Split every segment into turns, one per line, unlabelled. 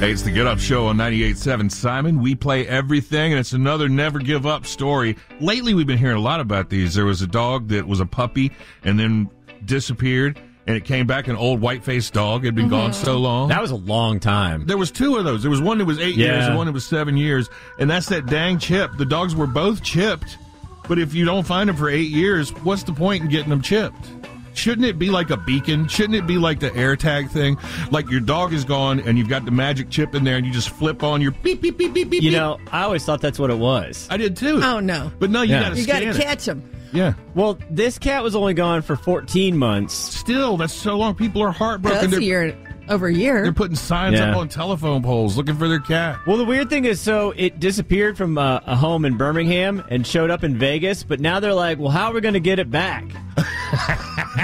It's the Get Up Show on 98.7 Simon. We play everything, and it's another never give up story. Lately, we've been hearing a lot about these. There was a dog that was a puppy and then disappeared, and it came back an old white faced dog. had been gone so long.
That was a long time.
there was two of those. There was one that was eight years
Yeah.
and one that was seven years, and that's that dang chip. The dogs were both chipped, but if you don't find them for eight years, what's the point in getting them chipped? Shouldn't it be like a beacon? Shouldn't it be like the AirTag thing? Like your dog is gone and you've got the magic chip in there and you just flip on your beep beep beep beep beep.
You
beep.
know, I always thought that's what it was.
I did too.
Oh, no.
But no, you
Yeah.
got to
You got
scan
to
it.
catch them.
Yeah.
Well, this cat was only gone for 14 months.
Still, that's so long. People are heartbroken.
That's a
They're,
year over a year.
they're putting signs
Yeah.
up on telephone poles looking for their cat.
Well, the weird thing is, so it disappeared from uh, a home in Birmingham and showed up in Vegas, but now they're like, well, how are we going to get it back?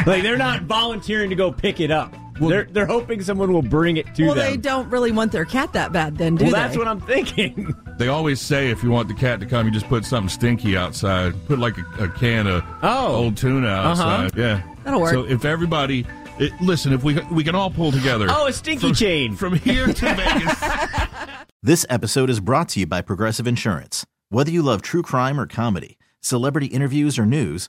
like, they're not volunteering to go pick it up.
Well-
they're, they're hoping someone will bring it to
well,
them.
they don't really want their cat that bad, then, do
well,
they?
that's what I'm thinking.
They always say if you want the cat to come, you just put something stinky outside. Put like a, a can of
Oh.
old tuna outside. Yeah,
That'll work.
So if everybody, it, listen, if we we can all pull together.
Oh, a stinky
from,
chain.
from here to Vegas.
This episode is brought to you by Progressive Insurance. Whether you love true crime or comedy, celebrity interviews or news,